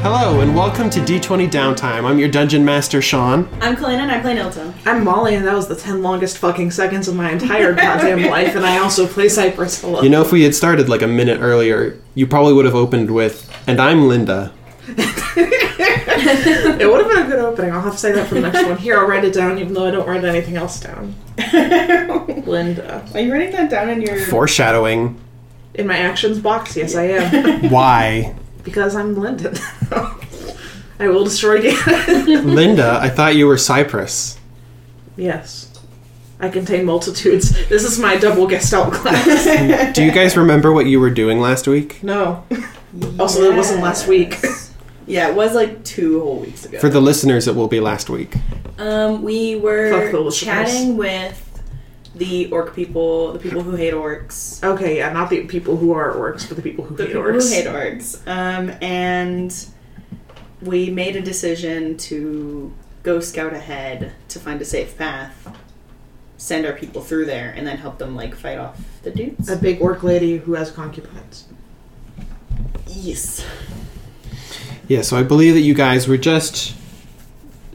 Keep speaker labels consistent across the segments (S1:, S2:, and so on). S1: Hello and welcome to D20 Downtime. I'm your dungeon master, Sean.
S2: I'm Colin and I play Nilton.
S3: I'm Molly, and that was the 10 longest fucking seconds of my entire goddamn life, and I also play Cypress Hill.
S1: You know, if we had started like a minute earlier, you probably would have opened with, "And I'm Linda."
S3: it would have been a good opening. I'll have to say that for the next one. Here, I'll write it down, even though I don't write anything else down. Linda.
S2: Are you writing that down in your
S1: Foreshadowing.
S3: In my actions box, yes, I am.
S1: Why,
S3: because I'm Linda. I will destroy you.
S1: Linda? I thought you were Cypress.
S3: yes. I contain multitudes. This is my double Gestalt class.
S1: Do you guys remember what you were doing last week?
S3: No. Also, that wasn't last week.
S4: Yeah, it was like two whole weeks ago.
S1: For the listeners, it will be last week.
S4: um, we
S3: Fuck the
S4: were
S3: listeners.
S4: chatting with the orc people, the people who hate orcs,
S3: Okay, yeah, not the people who are orcs, but the people who
S4: the
S3: hate
S4: people
S3: orcs.
S4: who hate orcs, um, and we made a decision to go scout ahead to find a safe path, send our people through there, and then help them like fight off the dudes.
S3: A big orc lady who has concubines.
S4: yes.
S1: Yeah, so I believe that you guys were just.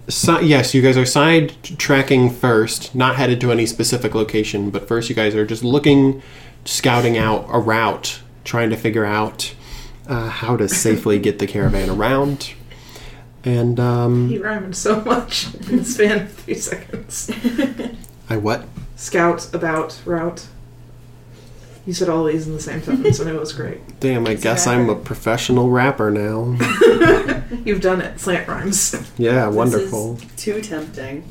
S1: Si- yes, you guys are side tracking first, not headed to any specific location, but first you guys are just looking, scouting out a route, trying to figure out uh, how to safely get the caravan around. And, um.
S3: He rhymed so much in the span of three seconds.
S1: I what?
S3: Scout, about, route. You said all these in the same sentence, and it was great.
S1: Damn, I guess I'm a professional rapper now.
S3: You've done it. Slant rhymes.
S1: Yeah, wonderful.
S4: This is too tempting.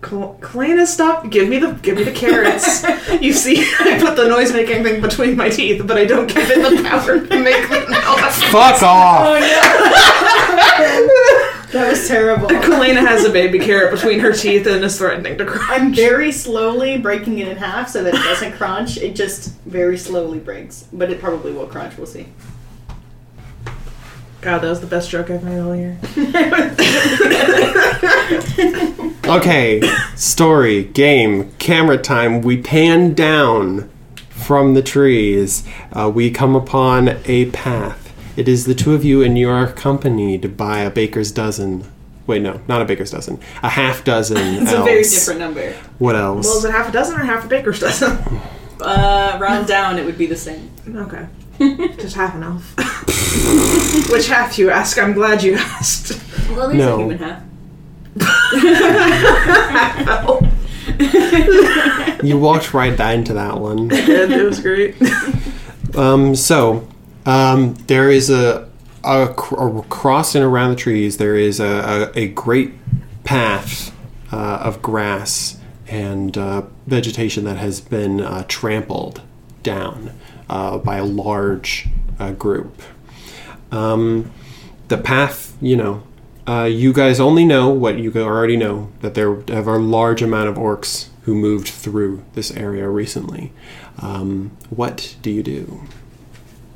S3: Col- Kalana, stop! Give me the give me the carrots. you see, I put the noise making thing between my teeth, but I don't give it the power to make the noise.
S1: Fuck off!
S4: That was terrible.
S3: Kalina has a baby carrot between her teeth and is threatening to cry.
S4: I'm very slowly breaking it in half so that it doesn't crunch. It just very slowly breaks, but it probably will crunch. We'll see.
S3: God, that was the best joke I've made all year.
S1: Okay, story, game, camera time. We pan down from the trees. Uh, we come upon a path. It is the two of you, and you are accompanied by a baker's dozen. Wait, no, not a baker's dozen. A half dozen.
S4: It's a
S1: elves.
S4: very different number.
S1: What
S3: Well, is
S1: else?
S3: it half a dozen or half a baker's dozen?
S4: Uh, round down, it would be the same.
S3: Okay. Just half an elf. Which half you ask? I'm glad you asked.
S4: Well, there's
S1: No.
S4: a human half.
S1: You walked right into that one.
S3: Good, it was great.
S1: Um, so um, there is a, a, cr- a cross and around the trees. There is a, a, a great path uh, of grass and uh, vegetation that has been uh, trampled down uh, by a large uh, group. Um, the path, you know, uh, you guys only know what you already know that there have a large amount of orcs who moved through this area recently. Um, what do you do?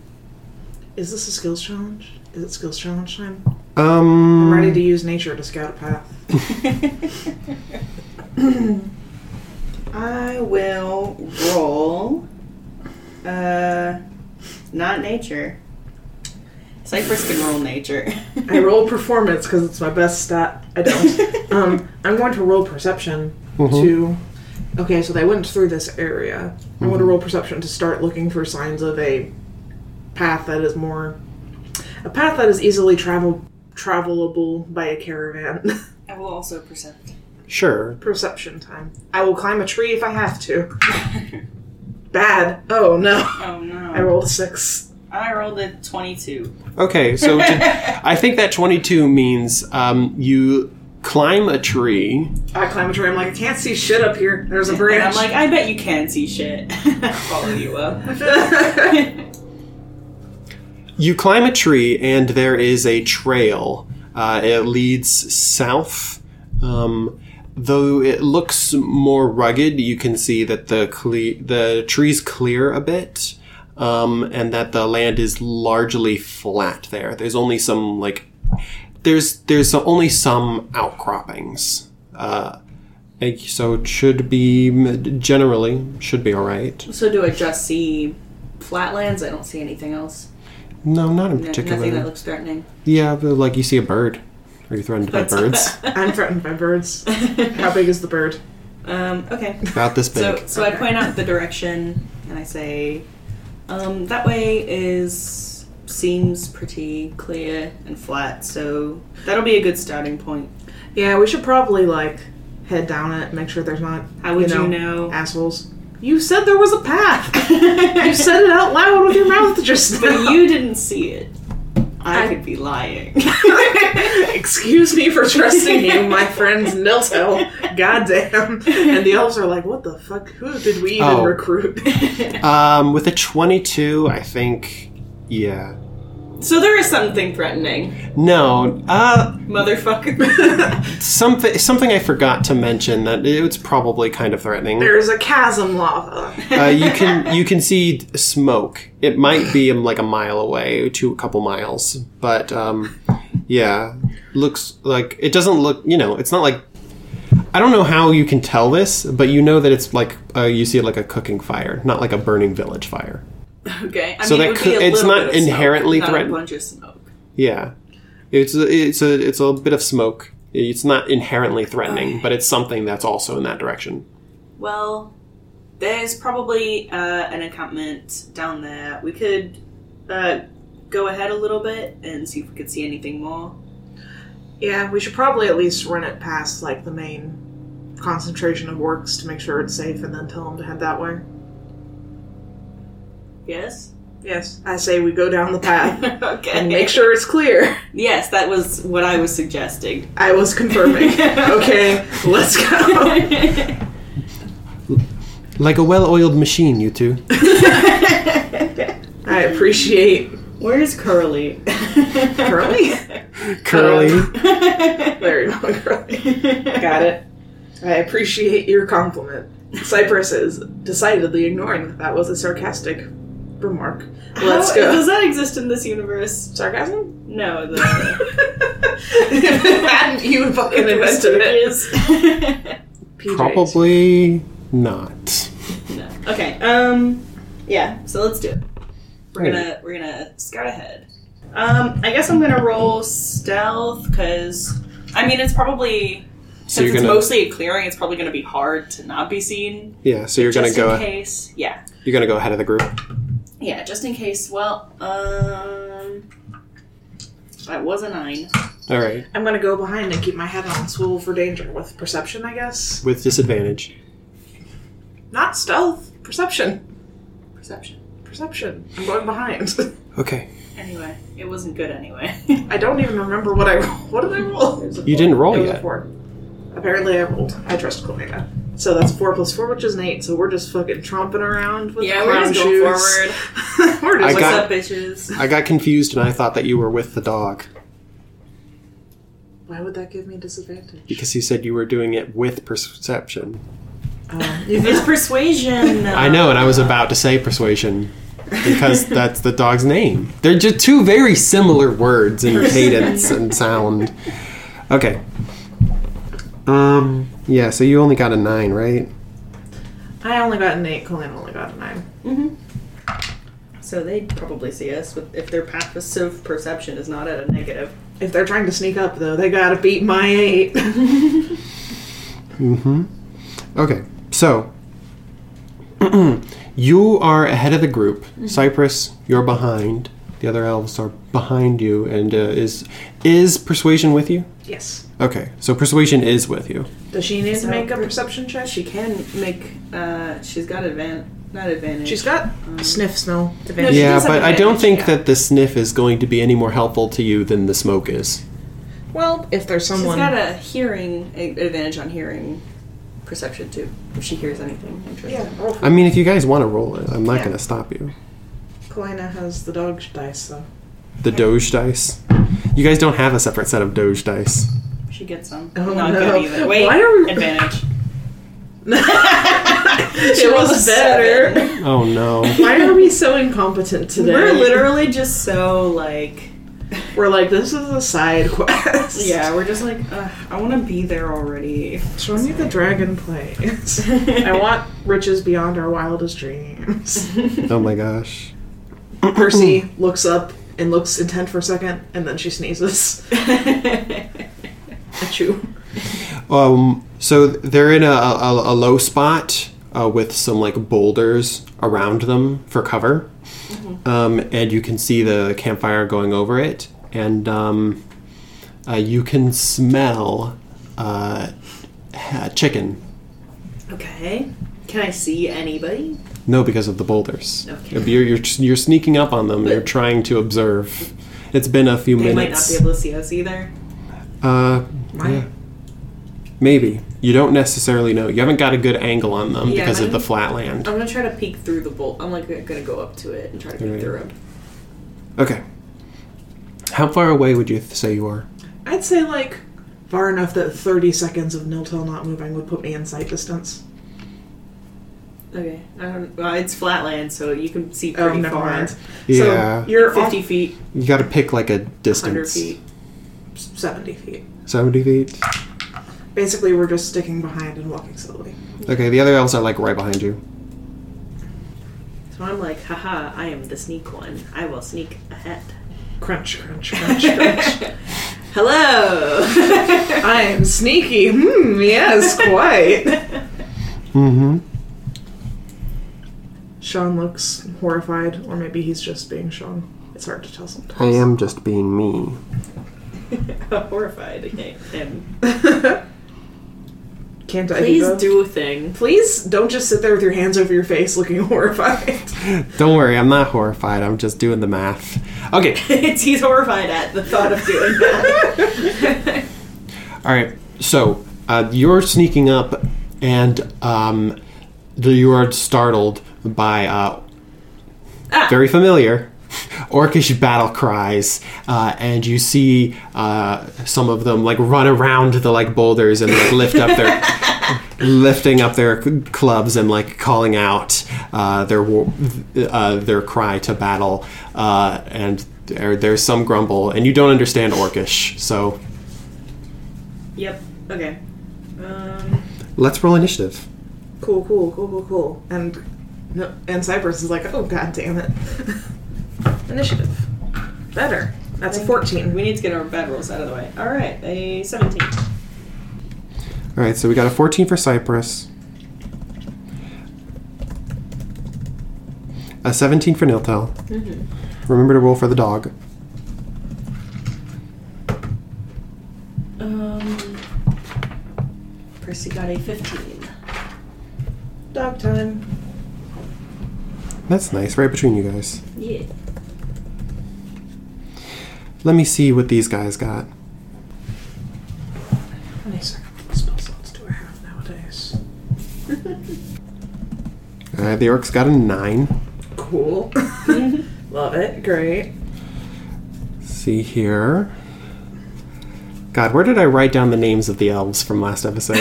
S3: Is this a skills challenge? Is it skills challenge time?
S1: Um,
S3: I'm ready to use nature to scout a path.
S4: I will roll. Uh, not nature. Cypress can roll nature.
S3: I roll performance because it's my best stat. I don't. um, I'm going to roll perception to. Okay, so they went through this area. I want to roll perception to start looking for signs of a path that is more. A path that is easily travel travelable by a caravan.
S4: I will also percept.
S1: sure.
S3: Perception time. I will climb a tree if I have to. Bad. Oh no.
S4: Oh no.
S3: I rolled a six.
S4: I rolled a 22.
S1: Okay, so to, I think that 22 means um, you climb a tree.
S3: I climb a tree. I'm like, I can't see shit up here. There's a
S4: And I'm
S3: branch.
S4: like, I bet you can see shit. Follow you up.
S1: You climb a tree, and there is a trail. Uh, it leads south. Um, though it looks more rugged, you can see that the cle- the trees clear a bit, um, and that the land is largely flat. There, there's only some like there's there's only some outcroppings. Uh, and so it should be generally should be all right.
S4: So do I just see flatlands? I don't see anything else.
S1: No, not in
S4: No-
S1: particular.
S4: nothing that looks threatening.
S1: yeah, but like you see a bird. Are you threatened by
S4: That's-
S1: birds?
S3: I'm threatened by birds. How big is the bird?
S4: Um, okay.
S1: About this big.
S4: So, so I point out the direction and I say, um, that way is seems pretty clear and flat, so that'll be a good starting point.
S3: Yeah, we should probably like head down it, make sure there's not
S4: How would
S3: you know,
S4: you know?
S3: assholes. You said there was a path. you said it out loud with your mouth just now.
S4: but you didn't see it. I,
S3: I-
S4: could be lying.
S3: Excuse me for trusting you, my friend Nilto. Goddamn. And the elves are like, what the fuck? Who did we even
S1: Oh.
S3: recruit?
S1: Um, with a 22, I think. Yeah.
S4: so there is something threatening,
S1: No. Uh,
S4: motherfucker.
S1: something something I forgot to mention that it's probably kind of threatening.
S3: There's a chasm lava.
S1: Uh, you can you can see smoke. It might be um, like a mile away to a couple miles, but um, yeah, looks like it doesn't look. You know, it's not like. I don't know how you can tell this, but you know that it's like uh, you see it like a cooking fire, not like a burning village fire.
S4: okay. I
S1: So
S4: mean,
S1: that
S4: it would
S1: could-
S4: be a
S1: it's
S4: little
S1: not
S4: bit of smoke,
S1: inherently
S4: not
S1: threaten-
S4: A bunch of smoke.
S1: Yeah, it's a, it's a it's a bit of smoke. It's not inherently threatening, but it's something that's also in that direction.
S4: Well, there's probably uh, an encampment down there. We could uh, go ahead a little bit and see if we could see anything more.
S3: Yeah, we should probably at least run it past like the main concentration of works to make sure it's safe and then tell them to head that way.
S4: Yes.
S3: Yes. I say we go down the path
S4: okay.
S3: and make sure it's clear.
S4: yes, that was what I was suggesting.
S3: I was confirming. okay, let's go.
S1: Like a well-oiled machine, you two.
S3: I appreciate
S4: Where's Curly?
S3: Curly.
S1: Curly.
S3: there you go, Curly. Got it. I appreciate your compliment. Cypress is decidedly ignoring that that was a sarcastic remark. Let's
S4: How-
S3: go.
S4: Does that exist in this universe?
S3: Sarcasm?
S4: No. The,
S3: if hadn't you fucking invented it.
S4: it.
S3: PJs.
S1: Probably not.
S4: no. Okay. Um. Yeah. So let's do it. We're
S1: Okay.
S4: gonna we're gonna scout ahead. Um. I guess I'm gonna roll stealth because I mean it's probably
S1: So
S4: since
S1: you're
S4: it's
S1: gonna
S4: mostly a clearing, it's probably gonna be hard to not be seen.
S1: yeah. So you're gonna
S4: just
S1: go
S4: in case. Yeah.
S1: you're gonna go ahead of the group.
S4: Yeah. Just in case. Well. Um. That was a nine.
S1: All right,
S3: I'm gonna go behind and keep my head on swivel for danger with perception, I guess.
S1: with disadvantage.
S3: Not stealth, perception.
S4: Perception.
S3: Perception. I'm going behind.
S1: Okay.
S4: Anyway, it wasn't good anyway.
S3: I don't even remember what I rolled. What did I roll?
S1: You didn't roll
S3: It was a
S1: yet.
S3: four. Apparently, I rolled. I trust Kalina. So that's four plus four, which is an eight. So we're just fucking tromping around with
S4: yeah, we're
S3: clown
S4: just going
S3: shoes.
S4: forward.
S3: we're
S1: I
S3: just
S4: What's
S1: got-
S4: up, bitches?
S1: I got confused and I thought that you were with the dog
S3: why would that give me disadvantage?
S1: because you said you were doing it with perception.
S3: Um,
S4: It's persuasion.
S1: I know, and I was about to say persuasion because that's the dog's name. They're just two very similar words in cadence and sound. Okay. Um. Yeah. So you only got a nine, right?
S3: I only got an eight. Kalina only got a nine.
S4: So they'd probably see us with, if their passive perception is not at a negative.
S3: If they're trying to sneak up, though, they gotta beat my eight.
S1: Okay, so you are ahead of the group. Cypress, you're behind. The other elves are behind you, and uh, is is persuasion with you?
S3: yes.
S1: Okay, so persuasion is with you.
S3: Does she need
S4: So-
S3: to make a perception check?
S4: She can make. Uh, she's got advan not advantage.
S3: She's got sniff smell
S4: No,
S3: advantage.
S4: she
S1: yeah,
S4: does have
S1: but I don't
S4: advantage,
S1: think
S4: yeah.
S1: that the sniff is going to be any more helpful to you than the smoke is.
S3: Well, if there's
S4: She's
S3: someone.
S4: got a hearing a, advantage on hearing perception too. If she hears anything interesting.
S3: yeah, roll for
S1: I mean, if you guys want to roll it, I'm not
S3: Yeah.
S1: going to stop you.
S3: Kalina has the dog dice, though.
S1: The Doge dice. You guys don't have a separate set of Doge dice.
S4: She gets some.
S3: Oh,
S4: not
S3: no.
S4: good either. Wait,
S3: Why are we-
S4: advantage.
S3: it
S4: rolled a seven.
S1: Oh no.
S3: Why are we so incompetent today?
S4: We're literally just so like.
S3: We're like, this is a side quest.
S4: Yeah, we're just like. Ugh, I want to be there already.
S3: Show me the dragon plays. I want riches beyond our wildest dreams.
S1: oh my gosh.
S3: Percy looks up and looks intent for a second, and then she sneezes at you.
S1: Um, so they're in a, a, a low spot uh, with some like boulders around them for cover,
S4: Mm-hmm.
S1: um, and you can see the campfire going over it, and um, uh, you can smell uh, ha- chicken.
S4: okay. Can I see anybody?
S1: No, because of the boulders.
S4: Okay.
S1: You're, you're, you're sneaking up on them. You're trying to observe. It's been a few
S4: They might not
S1: minutes.
S4: be able to see us either.
S1: Uh,
S3: Right.
S1: yeah. Maybe. You don't necessarily know. You haven't got a good angle on them
S4: Yeah,
S1: because of
S4: I'm-
S1: the flat land.
S4: I'm gonna try to peek through the bolt. I'm like gonna go up to it and try to peek
S1: Alright.
S4: through it. Oh.
S1: Okay. How far away would you th- say you are?
S3: I'd say like far enough that 30 seconds of Niltel not moving would put me in sight distance.
S4: Okay. I don't. Well, it's flatland, so you can see
S3: Oh,
S4: pretty
S3: never
S4: far.
S3: mind.
S1: Yeah.
S3: So you're
S4: Fifty
S3: 50
S4: feet,
S1: you got to pick like a
S4: hundred
S1: distance.
S4: feet.
S3: 70 feet.
S1: 70 feet.
S3: Basically, we're just sticking behind and walking slowly.
S1: Okay, the other elves are like right behind you.
S4: So I'm like, haha! I am the sneak one. I will sneak ahead.
S3: Crunch, crunch, crunch, crunch.
S4: Hello.
S3: I'm sneaky. Hmm, yes, quite.
S1: Mm
S3: Sean looks horrified, or maybe he's just being Sean. It's hard to tell sometimes.
S1: I am just being me.
S4: Horrified. Okay. And
S3: Can't I
S4: please
S3: go?
S4: do a thing.
S3: Please don't just sit there with your hands over your face looking horrified.
S1: Don't worry, I'm not horrified. I'm just doing the math. Okay.
S4: it's he's horrified at the thought of doing that.
S1: All right. So uh, you're sneaking up, and um, the- you are startled by uh, very familiar orcish battle cries, uh, and you see uh, some of them like run around the like boulders and like lift up their. Lifting up their c- clubs and like calling out uh, their war- uh, their cry to battle, uh, and there, there's some grumble, and you don't understand Orcish, so
S4: yep. Okay. Um.
S1: let's roll initiative.
S3: cool, cool, cool, cool, cool. And no, and Cypress is like, oh god damn it. Initiative. Better. That's a 14.
S4: We need to get our bad rolls out of the way. All right, a 17.
S1: All right, so we got a 14 for Cyprus, a 17 for Niltel.
S4: Mm-hmm.
S1: Remember to roll for the dog.
S4: Um, Percy got a 15.
S3: Dog time.
S1: That's nice, right between you guys.
S4: Yeah.
S1: Let me see what these guys got.
S3: How many circumference spell slots do I have nowadays?
S1: All right, the orcs got a 9.
S3: Cool. Love it. Great.
S1: Let's see here. God, where did I write down the names of the elves from last episode?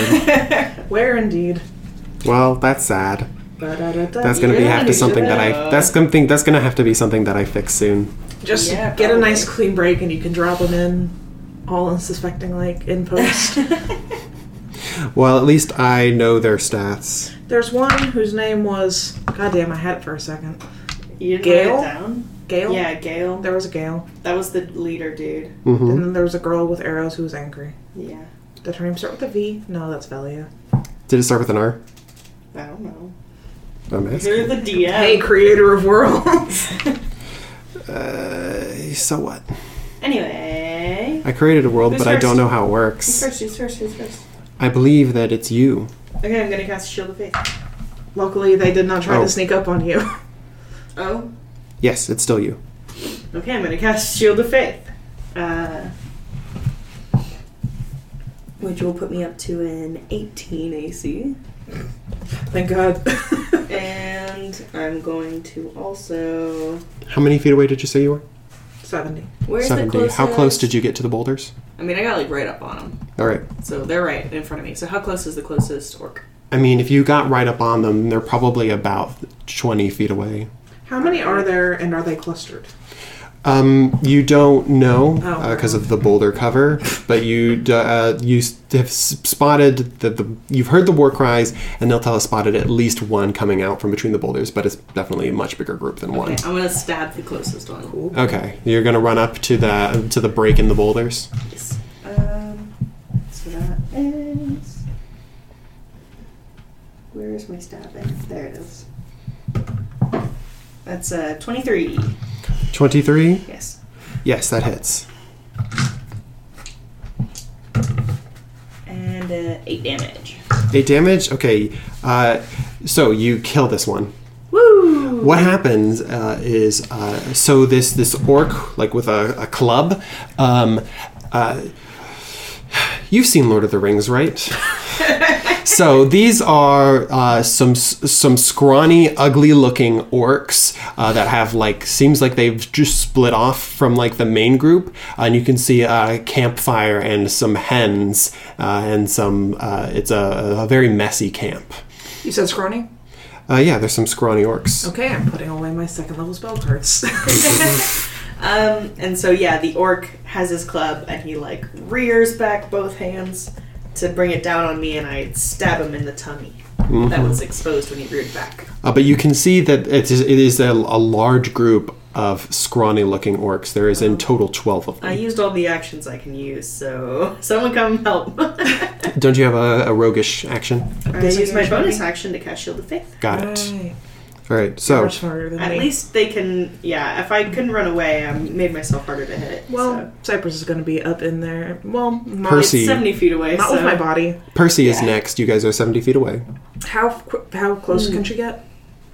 S3: Where indeed.
S1: well, that's sad.
S3: Ba-da-da-da.
S1: That's gonna be
S3: Yeah.
S1: have to something that I that's something that's gonna have to be something that I fix soon.
S3: Just
S4: Yeah,
S3: get a
S4: probably.
S3: nice clean break and you can drop them in all unsuspecting like in post.
S1: Well, at least I know their stats.
S3: There's one whose name was goddamn I had it for a second.
S4: You didn't
S3: Gale?
S4: write it down?
S3: Gale?
S4: Yeah, Gale.
S3: There was a Gale.
S4: That was the leader dude.
S1: Mm-hmm.
S3: And then there was a girl with arrows who was angry.
S4: Yeah.
S3: Did her name start with a V? No, that's Velia.
S1: Did it start with an R?
S4: I don't know.
S1: I'm asking.
S4: You're the DM.
S3: Hey, creator of worlds.
S1: Uh, so what?
S4: Anyway.
S1: I created a world,
S4: Who's
S1: but I don't
S4: first?
S1: know how it
S4: Who's
S1: works.
S4: first? Who's first? Who's first?
S1: I believe that it's you.
S4: Okay, I'm gonna cast Shield of Faith.
S3: Luckily they did not try
S1: Oh.
S3: to sneak up on you.
S4: Oh.
S1: Yes, it's still you.
S4: Okay, I'm gonna cast Shield of Faith. Uh. Which will put me up to an 18 AC.
S3: Thank God.
S4: And I'm going to also.
S1: How many feet away did you say you were?
S3: Seventy.
S4: Where's the
S1: Seventy.
S4: closest?
S1: How close did you get to the boulders?
S4: I mean, I got like right up on them,
S1: All right.
S4: so they're right in front of me. So how close is the closest orc?
S1: I mean, if you got right up on them, they're probably about twenty feet away.
S3: How many are there and are they clustered?
S1: Um, you don't know
S3: Oh.
S1: because of the boulder cover, but you d- uh, you s- have s- spotted that the you've heard the war cries, and Niltel has spotted at least one coming out from between the boulders, but it's definitely a much bigger group than one.
S4: Okay, I'm gonna stab the closest one.
S1: Okay, you're gonna run up to the to the break in the boulders.
S4: Yes. Um, so that is. Where is my stab? at? There it is. That's uh, 23.
S1: Twenty three.
S4: Yes.
S1: Yes, that hits.
S4: And uh, 8 damage.
S1: Eight damage. Okay, uh, so you kill this one.
S4: Woo!
S1: What happens uh, is uh, so this this orc like with a, a club. Um, uh, you've seen Lord of the Rings, right? so these are uh, some s- some scrawny, ugly looking orcs uh, that have like seems like they've just split off from like the main group, and you can see a campfire and some hens uh, and some. Uh, it's a, a very messy camp.
S3: You said scrawny?
S1: Uh, yeah, there's some scrawny orcs.
S3: Okay, I'm putting away my second level spell cards.
S4: Um, and so, yeah, the orc has his club and he, like, rears back both hands to bring it down on me, and I stab him in the tummy. That was exposed when he reared back.
S1: Uh, but you can see that it is, it is a, a large group of scrawny looking orcs. There is in total 12 of
S4: I
S1: them.
S4: used all the actions I can use, so someone come help.
S1: Don't you have a, a roguish action?
S4: I use my
S3: Disengage
S4: bonus
S3: maybe?
S4: action to cast Shield of Faith.
S1: Got it.
S3: Right.
S4: Uh,
S1: All right, so.
S3: Much harder than
S4: At
S3: me.
S4: least they can, yeah. If I couldn't run away, I made myself harder to hit.
S3: Well,
S4: so.
S3: Cypress is going to be up in there. Well, not,
S1: Percy.
S4: it's seventy feet away.
S3: not
S4: so.
S3: with my body.
S1: Percy is
S4: Yeah.
S1: next. You guys are 70 feet away
S3: How qu- how close can she get?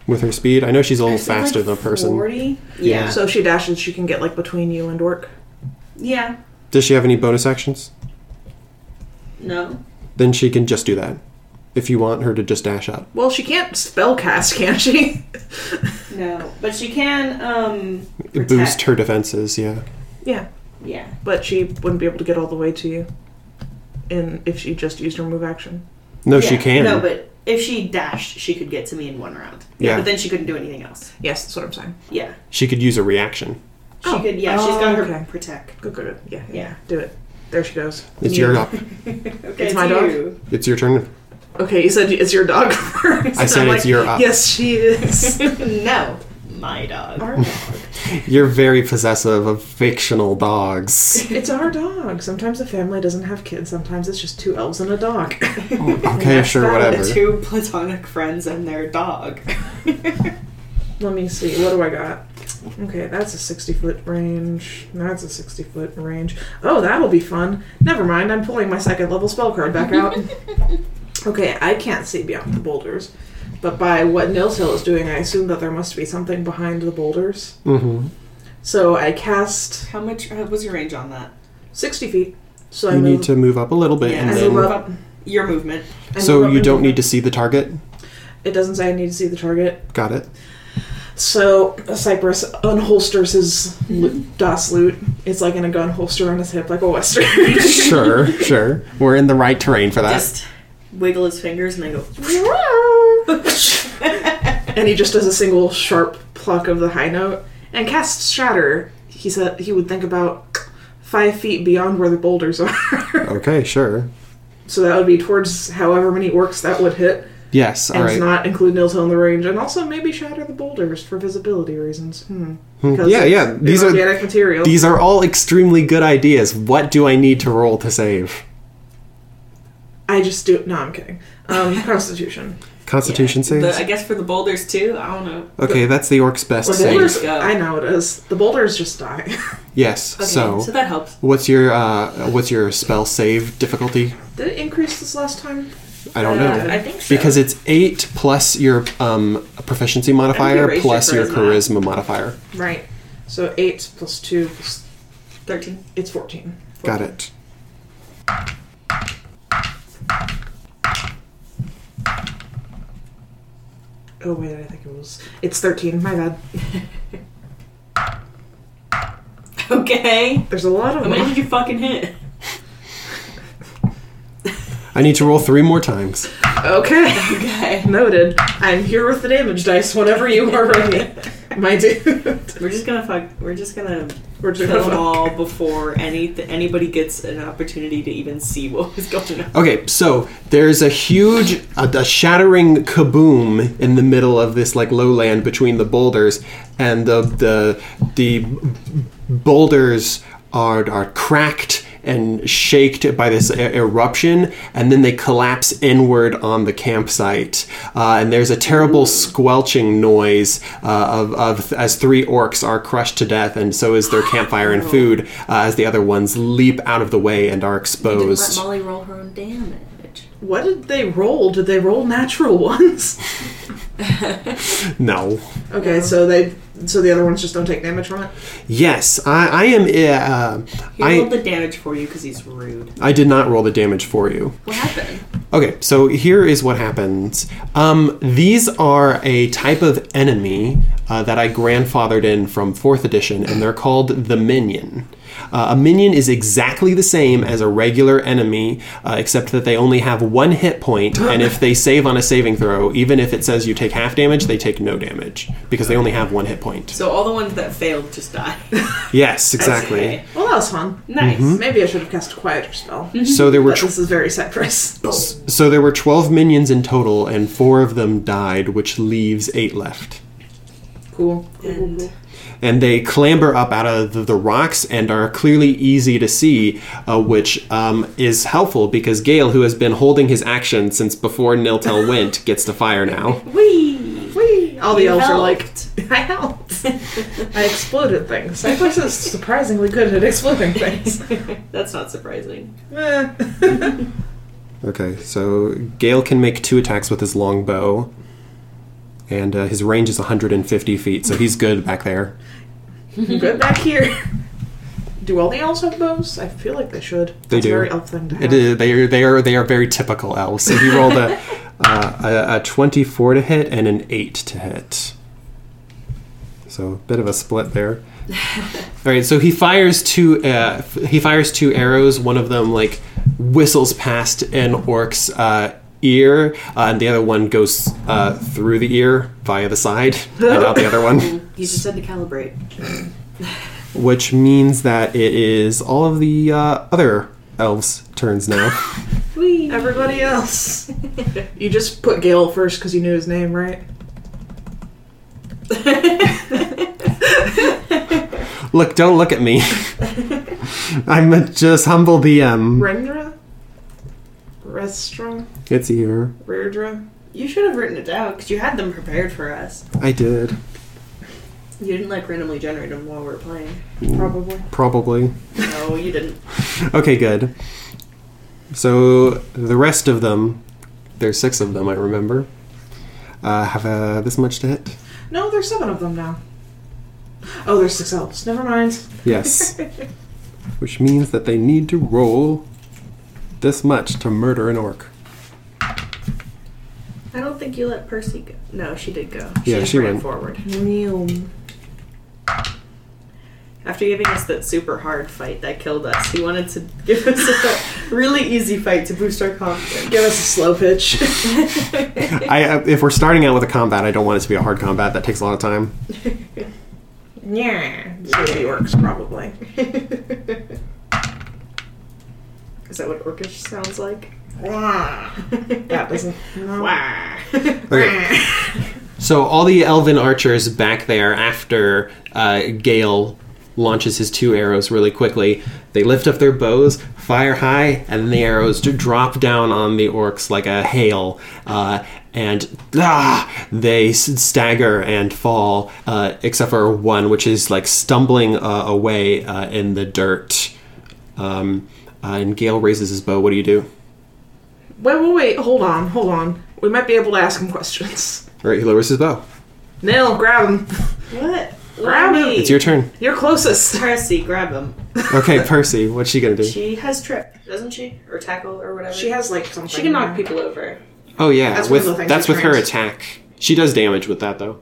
S1: with her speed. I know she's a little
S4: Hmm. I said, like,
S1: faster than a person.
S4: Forty.
S1: Yeah.
S4: Yeah.
S3: So if she dashes, she can get like between you and Orc.
S4: Yeah.
S1: Does she have any bonus actions?
S4: No.
S1: Then she can just do that if you want her to just dash up.
S3: Well, she can't spell cast, can she?
S4: No. But she can. um protect.
S1: Boost her defenses, yeah.
S3: yeah,
S4: Yeah.
S3: but she wouldn't be able to get all the way to you. And if she just used her move action,
S1: No,
S4: yeah.
S1: she can.
S4: No, but if she dashed, she could get to me in one round.
S1: Yeah.
S4: But then she couldn't do anything else.
S3: yes, that's what I'm saying.
S4: Yeah.
S1: she could use a reaction.
S4: She
S3: Oh.
S4: could. Yeah. she's got
S3: Oh,
S4: her
S3: okay.
S4: protect.
S3: Good, good, good. Yeah, yeah,
S4: Yeah.
S3: do it. There she goes.
S1: It's
S3: Yeah.
S1: your up.
S4: Okay.
S3: It's my dog?
S4: you.
S1: It's your turn.
S3: Okay, you said it's your dog first.
S1: I said
S3: I'm
S1: it's your uh, up.
S3: Yes, she is.
S4: no. My dog.
S3: our dog.
S1: You're very possessive of fictional dogs.
S3: It's our dog. Sometimes a family doesn't have kids. Sometimes it's just two elves and a dog.
S1: Okay, sure,
S3: valid.
S1: whatever.
S4: Two platonic friends and their dog.
S3: Let me see. What do I got? Okay, that's a 60 foot range. That's a 60 foot range. Oh, that'll be fun. Never mind, I'm pulling my second level spell card back out. okay, I can't see beyond the boulders. But by what Nilsil is doing, I assume that there must be something behind the boulders.
S1: Mm-hmm.
S3: So I cast
S4: How much? What was your range on that?
S3: 60 feet. So I
S1: You
S3: move,
S1: need to move up a little bit,
S4: Yeah.
S1: and
S3: I
S1: then
S3: move up.
S4: Your movement.
S3: I move
S1: so
S3: up
S1: you
S3: and
S1: don't
S3: move
S1: need to see the target.
S3: up. It doesn't say I need to see the target.
S1: Got it.
S3: So Cypress unholsters his loot, DOS loot. It's like in a gun holster on his hip, like a western.
S1: sure, sure. We're in the right terrain for that.
S4: Just wiggle his fingers and then go.
S3: and he just does a single sharp pluck of the high note and casts shatter. He said he would think about five feet beyond where the boulders are.
S1: okay, sure.
S3: so that would be towards however many orcs that would hit,
S1: Yes. All
S3: and
S1: right.
S3: to not include Nilton in the range, and also maybe shatter the boulders for visibility reasons. Hmm. Because
S1: Yeah,
S3: it's
S1: yeah, these are-
S3: inorganic material.
S1: These are all extremely good ideas. What do I need to roll to save?
S3: I just do. No, I'm kidding. Um, Constitution.
S1: Constitution
S4: The-
S1: saves.
S4: I guess for the boulders too. I don't know.
S1: okay, that's the orc's best
S3: The
S4: Same.
S1: save.
S3: boulders,
S4: Go.
S3: I know it is. The boulders just die.
S1: Yes.
S4: Okay,
S1: so,
S4: that helps.
S1: what's your uh, what's your spell save difficulty?
S3: Did it increase this last time?
S1: I don't
S4: Uh,
S1: know.
S4: I think so.
S1: Because it's eight plus your um, proficiency modifier
S4: raised your
S1: plus your
S4: charisma.
S1: charisma modifier.
S3: Right. So eight plus two plus
S4: thirteen.
S3: it's fourteen.
S1: Got it.
S3: Oh wait, I think it was it's thirteen. My bad.
S4: Okay.
S3: There's a lot of
S4: How many
S3: them.
S4: did you fucking hit?
S1: I need to roll three more times.
S3: Okay.
S4: Okay.
S3: Noted. I'm here with the damage dice whenever you are ready, my dude.
S4: We're just gonna fuck. We're just gonna
S3: We're just
S4: kill them
S3: gonna
S4: all before any anybody gets an opportunity to even see what was going on.
S1: Okay, so there's a huge, a, a shattering kaboom in the middle of this like lowland between the boulders, and the the the boulders are are cracked and shaked by this e- eruption, and then they collapse inward on the campsite. Uh, and there's a terrible squelching noise uh, of, of as three orcs are crushed to death, and so is their campfire and food uh, as the other ones leap out of the way and are exposed.
S4: Let Molly roll her own damage.
S3: What did they roll? Did they roll natural ones?
S1: No.
S3: Okay, so they so the other ones just don't take damage from it.
S1: Yes, I, I am. Uh,
S4: He rolled
S1: I
S4: the damage for you because he's rude.
S1: I did not roll the damage for you.
S4: What happened?
S1: Okay, so here is what happens. Um, these are a type of enemy uh, that I grandfathered in from fourth edition, and they're called the minion. Uh, a minion is exactly the same as a regular enemy, uh, except that they only have one hit point, and if they save on a saving throw, even if it says you take half damage, they take no damage because they only have one hit point.
S4: So all the ones that failed just die.
S1: Yes, exactly.
S4: Okay.
S3: Well, that was fun.
S4: Nice.
S3: Maybe I should have cast a quieter spell.
S1: So there Hmm? Mm-hmm. were
S3: But this is very Cypress.
S1: So there were 12 minions in total, and four of them died, which leaves eight left.
S3: Cool.
S4: And
S1: And they clamber up out of the, the rocks and are clearly easy to see, uh, which um, is helpful because Gale, who has been holding his action since before Niltel went, gets to fire now.
S4: Whee!
S3: Whee! All the
S4: You
S3: elves are like,
S4: helped.
S3: I helped. I exploded things. Cypress is surprisingly good at exploding things.
S4: That's not surprising.
S3: Eh.
S1: Okay, so Gale can make two attacks with his longbow, and uh, his range is 150 feet, so he's good back there.
S3: good back here. Do all the elves have bows? I feel like they should.
S1: They
S3: That's
S1: do.
S3: a very elf thing to have.
S1: It is, they are they are they are very typical elves. So he rolled a, uh, a a twenty four to hit and an eight to hit. So a bit of a split there. All right, so he fires two. Uh, f- he fires two arrows. One of them like whistles past an orc's uh, ear, uh, and the other one goes uh, through the ear via the side and out the other one,
S4: He just said to calibrate.
S1: which means that it is all of the uh, other elves' turns now.
S4: Whee!
S3: Everybody else. you just put Gale first because you knew his name, right?
S1: Look, don't look at me. I'm a just humble DM.
S3: Rendra? Restra?
S1: It's here.
S3: Reirdra?
S4: You should have written it down because you had them prepared for us.
S1: I did.
S4: You didn't like randomly generate them while we were playing.
S3: Probably.
S1: Probably.
S4: No, you didn't.
S1: Okay, good. So the rest of them, there's six of them, I remember, uh, have uh, this much to hit.
S3: No, there's seven of them now. Oh, there's six elves. Never mind.
S1: Yes. Which means that they need to roll this much to murder an orc.
S4: I don't think you let Percy go. No, she did go.
S1: Yeah,
S4: just
S1: she
S4: ran
S1: went.
S4: forward.
S3: Neum.
S4: After giving us that super hard fight that killed us, he wanted to give us a really easy fight to boost our confidence.
S3: Give us a slow pitch.
S1: I, uh, if we're starting out with a combat, I don't want it to be a hard combat. That takes a lot of time.
S3: yeah. Zombie orcs, probably.
S4: Is that what orcish sounds like?
S3: that doesn't. No.
S4: Wah.
S1: Okay. So all the elven archers back there after uh, Gale launches his two arrows really quickly. They lift up their bows, fire high, and the arrows to drop down on the orcs like a hail. Uh, and ah, they s- stagger and fall, uh, except for one, which is like stumbling uh, away uh, in the dirt. Um, uh, and Gale raises his bow. What do you do?
S3: Wait, wait, wait. Hold on, hold on. We might be able to ask him questions.
S1: All right, he lowers his bow.
S3: Nil, grab him.
S4: What?
S3: Grab him.
S1: It's your turn.
S3: You're closest.
S4: Percy, grab him.
S1: Okay, Percy, what's she gonna do?
S4: She has trip, doesn't she? Or tackle or whatever.
S3: She has like something.
S4: She can knock people over.
S1: Oh yeah,
S3: That's one
S1: with
S3: of the things
S1: that's
S3: she
S1: with her
S3: trains.
S1: attack. She does damage with that though.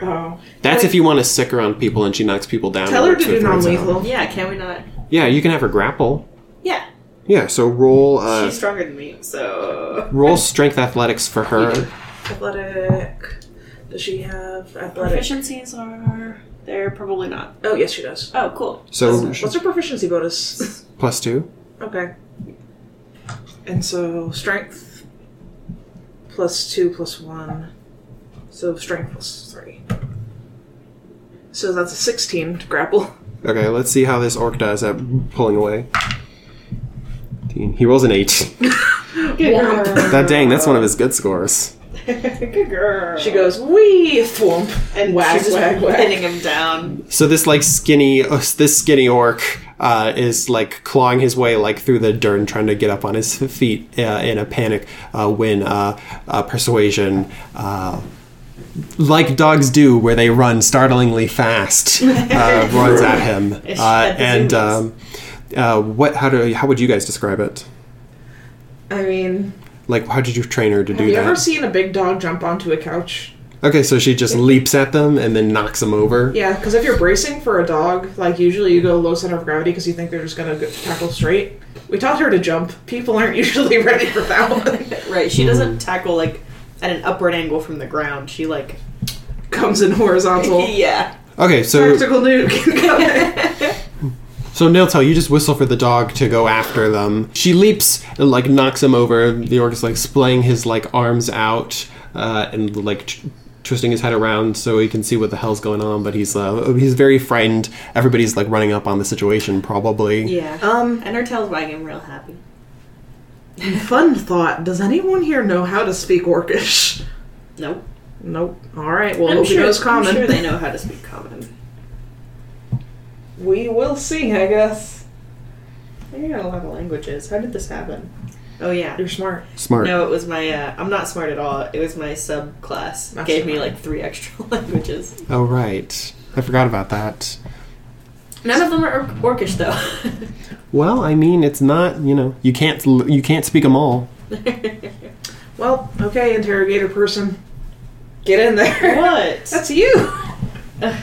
S3: Oh.
S1: That's if you want to stick around people and she knocks people down.
S3: Tell
S1: and
S3: her
S1: works
S3: to do
S1: with friends out.
S3: non-lethal.
S4: Yeah, can we not?
S1: Yeah, you can have her grapple.
S4: Yeah.
S1: Yeah, so roll uh,
S4: She's stronger than me, so
S1: roll strength athletics for her.
S3: Athletic. Does she have athletic?
S4: proficiencies are they're probably not.
S3: Oh, yes, she does.
S4: Oh, cool.
S1: So
S3: What's her proficiency bonus?
S1: plus two.
S3: okay. And so strength plus two plus one. So strength plus three. So that's a 16 to grapple.
S1: Okay, let's see how this orc does at pulling away. He rolls an eight. That dang, that's one of his good scores.
S4: Good girl.
S3: She goes, wee, thwomp.
S4: and
S3: wag,
S4: she's just
S3: wag, wag.
S4: pinning him down.
S1: So this like skinny, uh, this skinny orc uh, is like clawing his way like through the dirt and trying to get up on his feet uh, in a panic uh, when uh, uh, persuasion, uh, like dogs do, where they run startlingly fast, uh, runs at him.
S4: It's
S1: Uh,
S4: at the
S1: and
S4: zoomies.
S1: um, uh, what? How do? How would you guys describe it?
S3: I mean,
S1: Like, how did you train her to
S3: have
S1: do
S3: you
S1: that?
S3: ever seen a big dog jump onto a couch?
S1: Okay, so she just leaps at them and then knocks them over.
S3: Yeah, because if you're bracing for a dog, like usually you go low center of gravity because you think they're just gonna go- tackle straight. We taught her to jump. People aren't usually ready for that one.
S4: Right.
S1: Hmm.
S4: She doesn't tackle like at an upward angle from the ground. She like
S3: Comes in horizontal.
S4: yeah.
S1: Okay, so
S3: Tactical nuke. can come in.
S1: so Nailtail, you just whistle for the dog to go after them. She leaps and like knocks him over. The orc is like splaying his like arms out uh, and like tr- twisting his head around so he can see what the hell's going on. But he's uh, he's very frightened. Everybody's like running up on the situation probably.
S4: Yeah.
S3: um,
S4: and her tail's wagging real happy.
S3: fun thought. Does anyone here know how to speak Orcish?
S4: Nope.
S3: Nope. All right. Well,
S4: I'm
S3: hope
S4: sure,
S3: he knows common.
S4: I'm sure they know how to speak common.
S3: We will see, I guess.
S4: They got a lot of languages. How did this happen? Oh yeah.
S3: You're smart.
S1: Smart.
S4: No, it was my. Uh, I'm not smart at all. It was my sub class
S3: That's
S4: gave me
S3: smart.
S4: like three extra languages.
S1: Oh right, I forgot about that.
S4: None of them are or- Orcish though.
S1: Well, I mean, it's not you know you can't l- you can't speak them all.
S3: Well, okay, interrogator person. Get in there.
S4: what?
S3: That's you. I'm,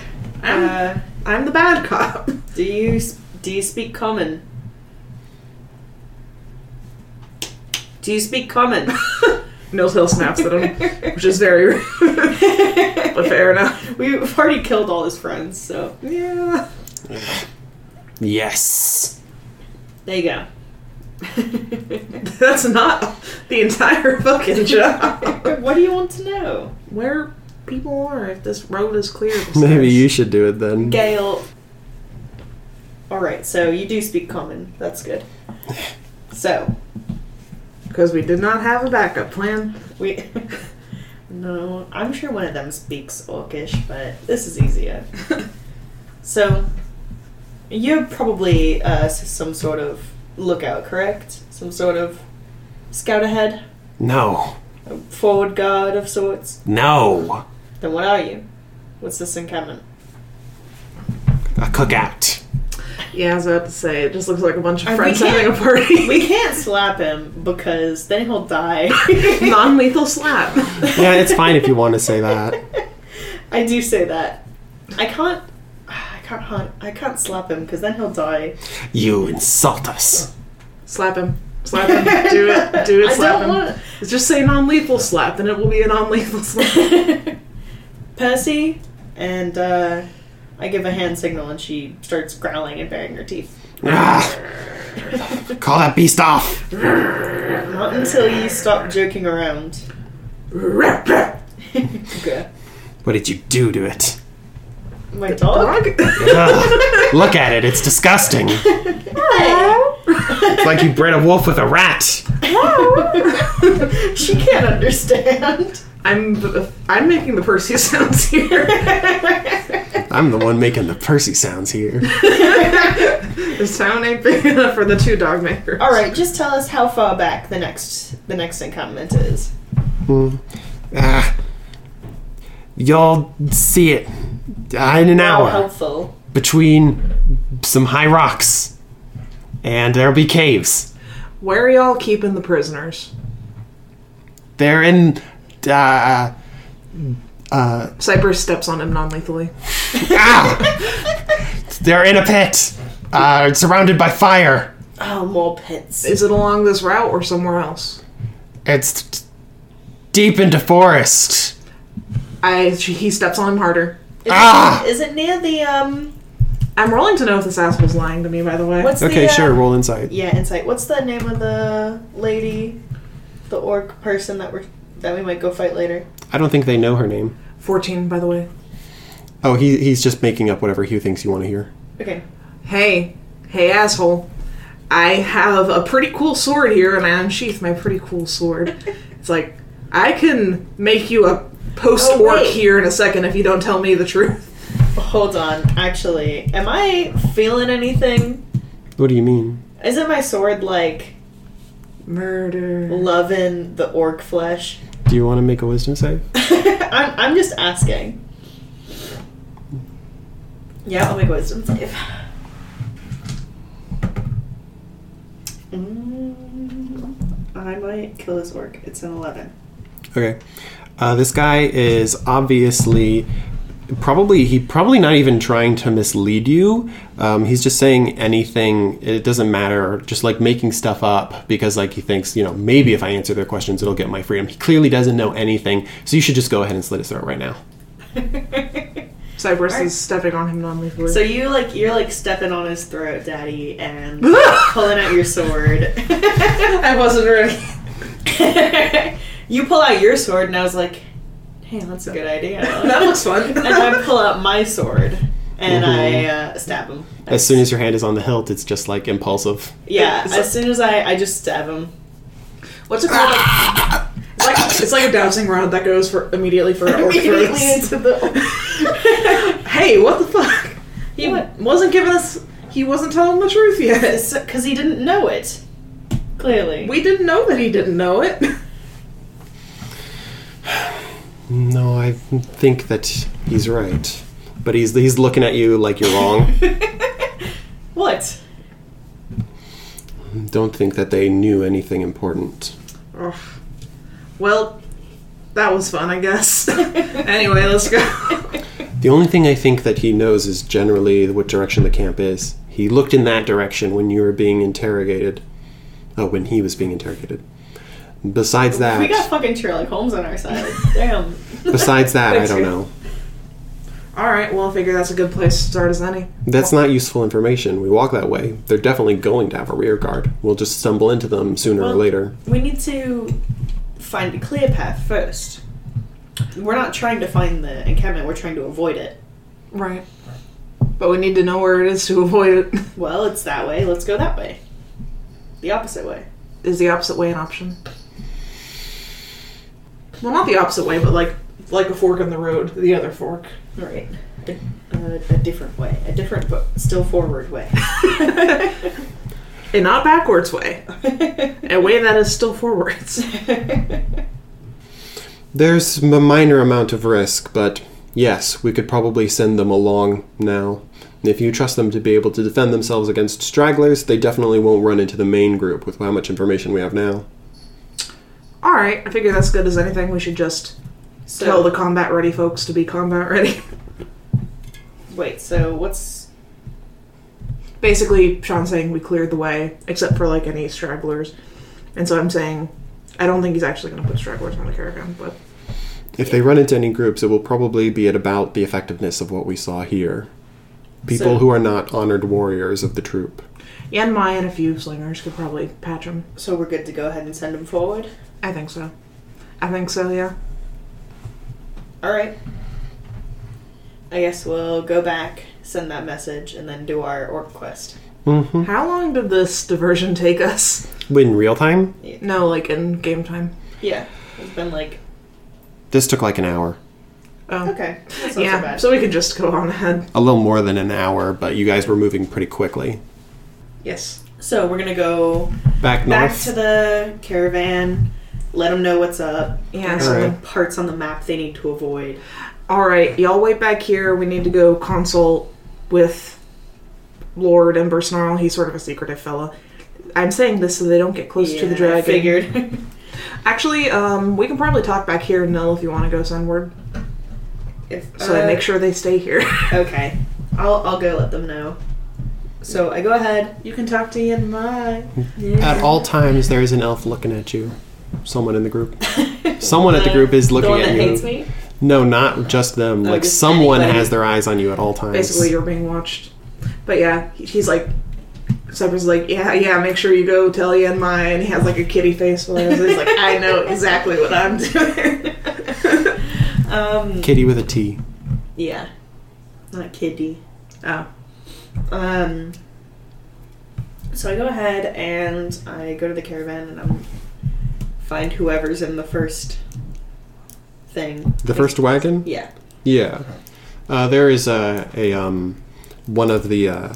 S4: Uh,
S3: I'm the bad cop.
S4: do you s- do you speak common? Do you speak common?
S3: Milltail snaps at him, which is very rude, but fair enough.
S4: We've already killed all his friends, so
S3: Yeah.
S1: Yes.
S4: there you go.
S3: That's not the entire fucking job.
S4: what do you want to know?
S3: Where people are, if this road is clear. besides-
S1: Maybe you should do it then.
S4: Gail. Alright, so you do speak common. That's good. So,
S3: Because we did not have a backup plan.
S4: we. no, I'm sure one of them speaks Orcish, but this is easier. so, you're probably uh, s- some sort of lookout, correct? Some sort of scout ahead?
S1: No.
S4: A forward guard of sorts?
S1: No.
S4: Then what are you? What's this encampment?
S1: A cookout.
S3: Yeah, I was about to say, it just looks like a bunch
S4: Uh, we
S3: of friends
S4: can't-
S3: having a party.
S4: We can't slap him because then he'll die.
S3: non lethal slap.
S1: Yeah, it's fine if you want to say that.
S4: I do say that. I can't. I can't. Hunt, I can't slap him because then he'll die.
S1: You insult us.
S3: Slap him. Slap him. Do it. Do it.
S4: I
S3: Slap
S4: don't
S3: him. Just say non lethal slap, and it will be a non lethal slap.
S4: want Percy, and uh, I give a hand signal, and she starts growling and baring her teeth.
S1: Ah, call that beast off.
S4: Not until you stop joking around.
S3: Rap, rap.
S4: Okay.
S1: What did you do to it?
S4: My dog.
S1: Ugh, look at it. It's disgusting. It's like you bred a wolf with a rat.
S4: she can't understand.
S3: I'm I'm making the Percy sounds here.
S1: I'm the one making the Percy sounds here.
S3: This town ain't big enough for the two dog makers.
S4: All right, just tell us how far back the next the next encampment is.
S1: Ah, y'all see it uh, in an
S4: How
S1: hour
S4: helpful.
S1: between some high rocks, and there'll be caves.
S3: Where are y'all keeping the prisoners?
S1: They're in. Uh, uh,
S3: Cypress steps on him non-lethally.
S1: Ah! ow! They're in a pit, uh, surrounded by fire.
S4: Oh, mole pits.
S3: Is it along this route or somewhere else?
S1: It's t- deep into forest.
S3: I she, he steps on him harder.
S4: Is,
S1: Ah!
S4: it, is it near the um?
S3: I'm rolling to know if this asshole's lying to me. By the way,
S4: What's
S1: Okay,
S4: the, uh,
S1: sure. Roll insight.
S4: Yeah, insight. What's the name of the lady, the orc person that we're that we might go fight later?
S1: I don't think they know her name.
S3: fourteen? By the way,
S1: Oh, he, he's just making up whatever he thinks you want to hear.
S4: Okay.
S3: hey, hey asshole, I have a pretty cool sword here, and I unsheath my pretty cool sword. it's like I can make you a post
S4: Oh,
S3: orc
S4: wait.
S3: here in a second if you don't tell me the truth.
S4: Hold on. Actually, am I feeling anything?
S1: What do you mean?
S4: Isn't my sword like
S3: Murder.
S4: loving the orc flesh?
S1: Do you want to make a wisdom save?
S4: I'm, I'm just asking. Yeah, I'll make a wisdom save. Mm, I might kill this orc. It's an 11.
S1: Okay. Uh, this guy is obviously probably he probably not even trying to mislead you. Um, he's just saying anything. It doesn't matter. Just like making stuff up because like he thinks you know maybe if I answer their questions it'll get my freedom. He clearly doesn't know anything. So you should just go ahead and slit his throat right now.
S3: Cypress is stepping on him non-lethally.
S4: So you like you're like stepping on his throat, daddy, and pulling out your sword.
S3: I wasn't ready.
S4: you pull out your sword, and I was like, "Hey, that's a good idea."
S3: that looks fun.
S4: and I pull out my sword, and I
S3: Mm-hmm.
S4: uh, stab him.
S1: As soon as your hand is on the hilt, it's just like impulsive.
S4: yeah, as soon as I I just stab him.
S3: What's it called? it's, like, it's like a dousing rod that goes for immediately for orc throats.
S4: the.
S3: Hey, what the fuck?
S4: he went
S3: Wasn't giving us. He wasn't telling the truth yet.
S4: because he didn't know it. Clearly,
S3: We didn't know that he didn't know it.
S1: No, I think that he's right, but he's he's looking at you like you're wrong.
S4: what?
S1: Don't think that they knew anything important.
S3: Ugh. Well, that was fun, I guess. anyway, let's go.
S1: The only thing I think that he knows is generally what direction the camp is. He looked in that direction when you were being interrogated. Oh, when he was being interrogated. Besides
S4: We got
S1: that,
S4: fucking Sherlock Holmes on our side. Damn.
S1: besides that, I don't
S4: Picture.
S1: know.
S3: All right. Well, I figure that's a good place to start as any.
S1: That's not useful information. We walk that way. They're definitely going to have a rear guard. We'll just stumble into them sooner or
S4: Well-
S1: later.
S4: We need to find a clear path first. We're not trying to find the encampment, we're trying to avoid it.
S3: Right. But we need to know where it is to avoid it.
S4: Well, it's that way, let's go that way. The opposite way.
S3: Is the opposite way an option? Well, not the opposite way, but like like a fork in the road, the other fork.
S4: Right. A, a, a different way. A different, but still forward way.
S3: And not backwards way. A way that is still forwards.
S1: There's a minor amount of risk, but yes, we could probably send them along now. If you trust them to be able to defend themselves against stragglers, they definitely won't run into the main group with how much information we have now.
S3: All right, I figure that's good as anything. We should just
S4: So,
S3: tell the combat ready folks to be combat ready.
S4: wait, so what's.
S3: Basically, Sean's saying we cleared the way, except for like any stragglers. And so I'm saying, I don't think he's actually going to put stragglers on the caravan, but
S1: If they run into any groups, it will probably be at about the effectiveness of what we saw here. People
S4: So-
S1: who are not honored warriors of the troop.
S3: Yan Mai and a few slingers could probably patch him.
S4: So we're good to go ahead and send him forward?
S3: I think so. I think so, yeah.
S4: Alright. I guess we'll go back, send that message, and then do our orc quest.
S1: Mm-hmm.
S3: How long did this diversion take us?
S1: In real time,
S3: No, like in game time.
S4: Yeah. It's been like,
S1: this took like an hour.
S3: Oh.
S4: okay. That's not so
S3: Yeah,
S4: bad.
S3: so we could just go on ahead.
S1: A little more than an hour, but you guys were moving pretty quickly.
S3: Yes.
S4: So we're gonna go
S1: Back north.
S4: back to the caravan. Let them know what's up.
S3: Yeah,
S4: There's some
S1: Alright.
S4: parts on the map they need to avoid.
S3: All right, y'all wait back here. We need to go consult with Lord Ember Snarl. He's sort of a secretive fella. I'm saying this so they don't get close to
S4: Yeah,
S3: the dragon.
S4: Figured.
S3: Actually, um, we can probably talk back here, Nell, if you want to go sunward.
S4: if, Uh,
S3: So I make sure they stay here.
S4: Okay, I'll I'll go let them know. So I go ahead.
S3: You can talk to Yin Mai.
S1: At all times, there is an elf looking at you. Someone in the group. Someone at the group is looking
S4: the one
S1: at
S4: that
S1: you.
S4: hates me. Oh,
S1: No, not just them. like
S4: just
S1: someone
S4: anybody.
S1: has their eyes on you at all times.
S3: Basically, you're being watched. But yeah, he- he's like, Severus is like, yeah, yeah, make sure you go tell Yin Mai. And he has like a kitty face. while He's he's like, I know exactly what I'm doing.
S4: Um,
S1: Kitty with a T.
S4: yeah, not kiddie.
S3: oh.
S4: Um, so I go ahead and I go to the caravan and I'm find whoever's in the first thing.
S1: The first wagon.
S4: Yeah.
S1: Yeah, uh, there is a, a um, one of the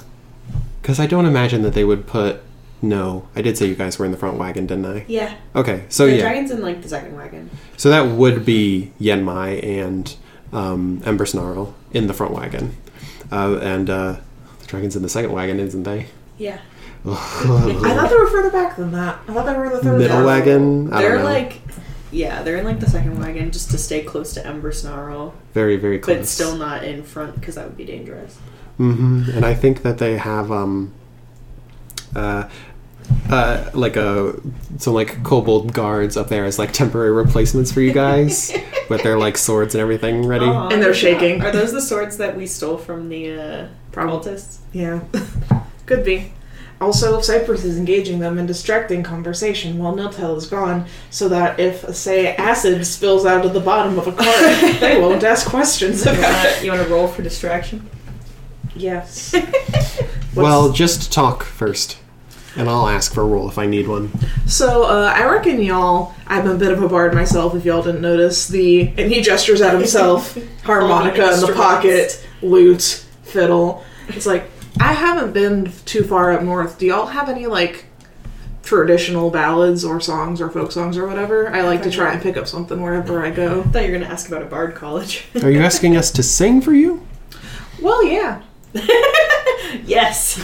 S1: because I don't imagine that they would put. No, I did say you guys were in the front wagon, didn't I?
S4: Yeah.
S1: Okay, so
S4: the
S1: yeah,
S4: dragon's in like the second wagon.
S1: so that would be Yenmai and um, Ember Snarl in the front wagon, uh, and uh, the dragon's in the second wagon, isn't they?
S4: Yeah.
S3: I thought they were further back than that. I thought they were the third
S1: Middle
S3: one.
S1: wagon. I
S4: they're
S1: don't know.
S4: like, yeah, they're in like the second wagon just to stay close to Ember Snarl,
S1: very very close.
S4: but still not in front because that would be dangerous.
S1: hmm And I think that they have um, uh, uh, like a some like kobold guards up there as like temporary replacements for you guys with their like swords and everything ready.
S4: Aw,
S3: And they're shaking.
S4: Are those the swords that we stole from the uh, cultists?
S3: Yeah. Could be. Also, Cypress is engaging them in distracting conversation while Niltel is gone, so that if, say, acid spills out of the bottom of a cart, they won't ask questions
S4: You
S3: about it.
S4: wanna- you want to roll for distraction?
S3: Yes.
S1: Well, just talk first, and I'll ask for a roll if I need one.
S3: So, uh, I reckon y'all, I'm a bit of a bard myself if y'all didn't notice the, and he gestures at himself, harmonica in the
S4: Instruments.
S3: pocket, lute, fiddle. It's like, I haven't been too far up north. Do y'all have any, like, traditional ballads or songs or folk songs or whatever? I like to try and pick up something wherever I go.
S4: I thought you were going to ask about a bard college.
S1: Are you asking us to sing for you?
S3: Well, yeah.
S4: yes.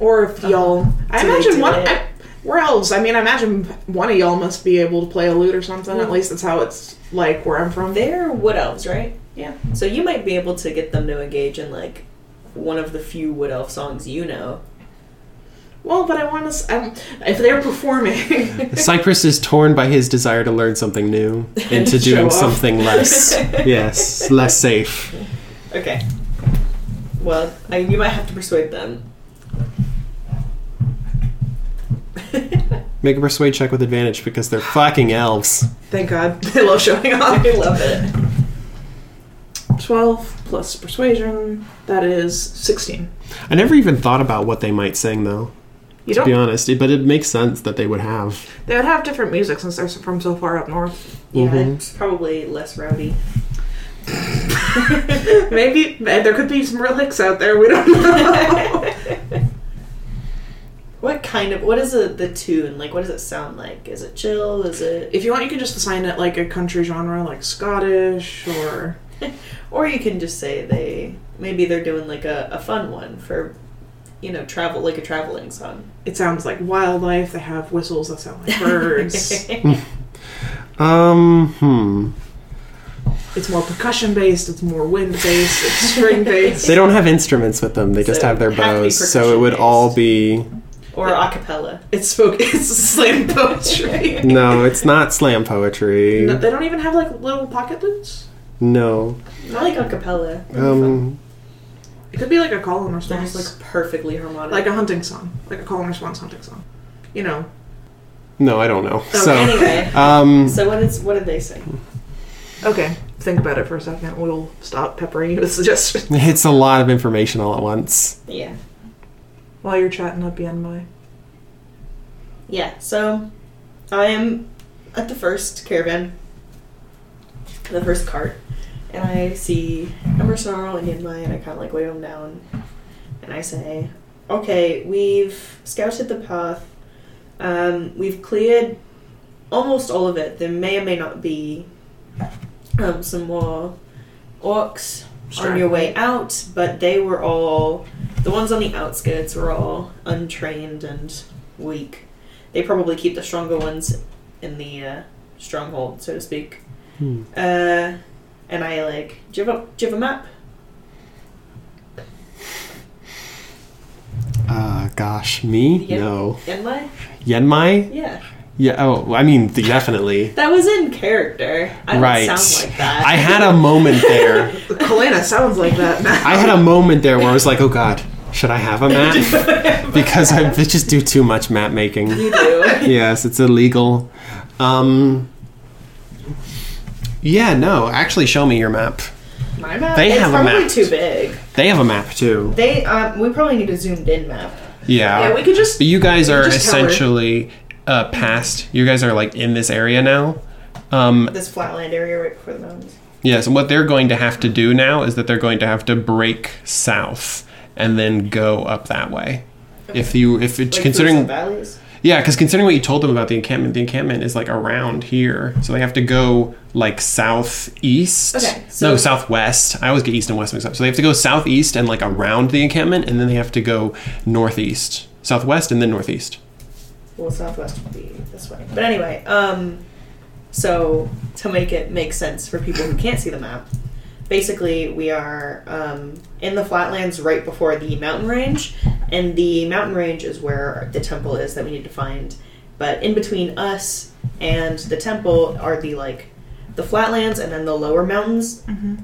S3: Or if y'all, I
S4: Do they
S3: imagine
S4: do
S3: one.
S4: it?
S3: I, where else? I mean, I imagine one of y'all must be able to play a lute or something. At least that's how it's like where I'm from.
S4: They're wood elves, right?
S3: Yeah.
S4: So you might be able to get them to engage in like one of the few wood elf songs you know.
S3: Well, but I want to. Um, if they're performing,
S1: Cypress is torn by his desire to learn something new into
S3: Show
S1: doing
S3: off.
S1: something less, yes, less safe.
S4: Okay. Well, I, you might have to persuade them.
S1: Make a persuade check with advantage because they're fucking elves.
S3: thank God they love showing off.
S4: I love it.
S3: Twelve plus persuasion. That is sixteen.
S1: I never even thought about what they might sing though.
S3: You
S1: to be
S3: don't.
S1: honest. It- But it makes sense that they would have.
S3: They would have different music since they're from so far up north.
S4: Yeah,
S1: Mhm.
S4: it's probably less rowdy.
S3: Maybe eh, there could be some relics out there. We don't know.
S4: What kind of what is the the tune like? What does it sound like? Is it chill? Is it
S3: if you want, you can just assign it like a country genre, like Scottish or
S4: or you can just say they maybe they're doing like a, a fun one for you know travel like a traveling song.
S3: it sounds like wildlife. They have whistles that sound like birds.
S1: Um, hmm.
S3: it's more percussion based. It's more wind based. It's string based.
S1: They don't have instruments with them. They just
S4: So
S1: have their
S4: it have to be
S1: bows. So it would all be
S4: Or a cappella.
S3: It's spoke. It's slam poetry.
S1: no. It's not slam poetry.
S3: No,
S1: No.
S3: they don't even have like little pocket loops.
S4: I like a cappella.
S1: Um,
S3: It could be like a call and
S4: They're
S3: response,
S4: just like perfectly harmonic.
S3: like, a hunting song, like a call and response hunting song. You know,
S1: no, I don't know. So,
S4: anyway.
S1: Oh. um,
S4: So what is what did they say?
S3: okay. Think about it for a second. We'll stop peppering you with suggestions
S1: it's a lot of information all at once.
S4: Yeah.
S3: while you're chatting up Yanmai.
S4: Yeah, so I am at the first caravan, the first cart, and I see Ember Snarl and Yinmai, and I kind of like wave them down, and I say, "Okay, we've scouted the path. Um, we've cleared almost all of it. There may or may not be um, some more orcs on your way out, but they were all the ones on the outskirts were all untrained and weak. They probably keep the stronger ones in the uh, stronghold, so to speak.
S1: Hmm.
S4: Uh, and I like, do you have a, do you have a map?
S1: Uh, gosh, me?
S4: Yen-
S1: No.
S4: Yenmai?
S1: Yenmai?
S4: Yeah.
S1: Yeah. Oh, I mean, definitely.
S4: That was in character. I
S1: right.
S4: don't sound like that.
S1: I had a moment there.
S3: Kalana sounds like that now.
S1: I had a moment there where I was like, oh god, should I have a map? because I just do too much map making.
S4: You do.
S1: yes, it's illegal. Um, yeah, no. Actually, show me your map.
S3: My bad.
S1: They
S4: It's
S1: have a
S4: probably
S1: map.
S4: too big.
S1: They have a map too.
S4: They um, we probably need a zoomed in map.
S1: Yeah.
S3: yeah, we could just.
S1: But you guys are
S3: just tell her.
S1: essentially uh, past. You guys are like in this area now. Um,
S4: This flatland area right before the mountains.
S1: Yes, and what they're going to have to do now is that they're going to have to break south and then go up that way. If you, if it's
S4: Like
S1: considering,
S4: through some valleys.
S1: yeah, because considering what you told them about the encampment, the encampment is like around here, so they have to go like southeast.
S4: Okay,
S1: no,
S4: so-
S1: southwest. I always get east and west mixed up. So they have to go southeast and like around the encampment, and then they have to go northeast, southwest, and then northeast.
S4: Well, southwest would be this way. But anyway, um, so to make it make sense for people who can't see the map, basically we are um, in the flatlands right before the mountain range, and the mountain range is where the temple is that we need to find. But in between us and the temple are the like the flatlands and then the lower mountains,
S3: Mm-hmm.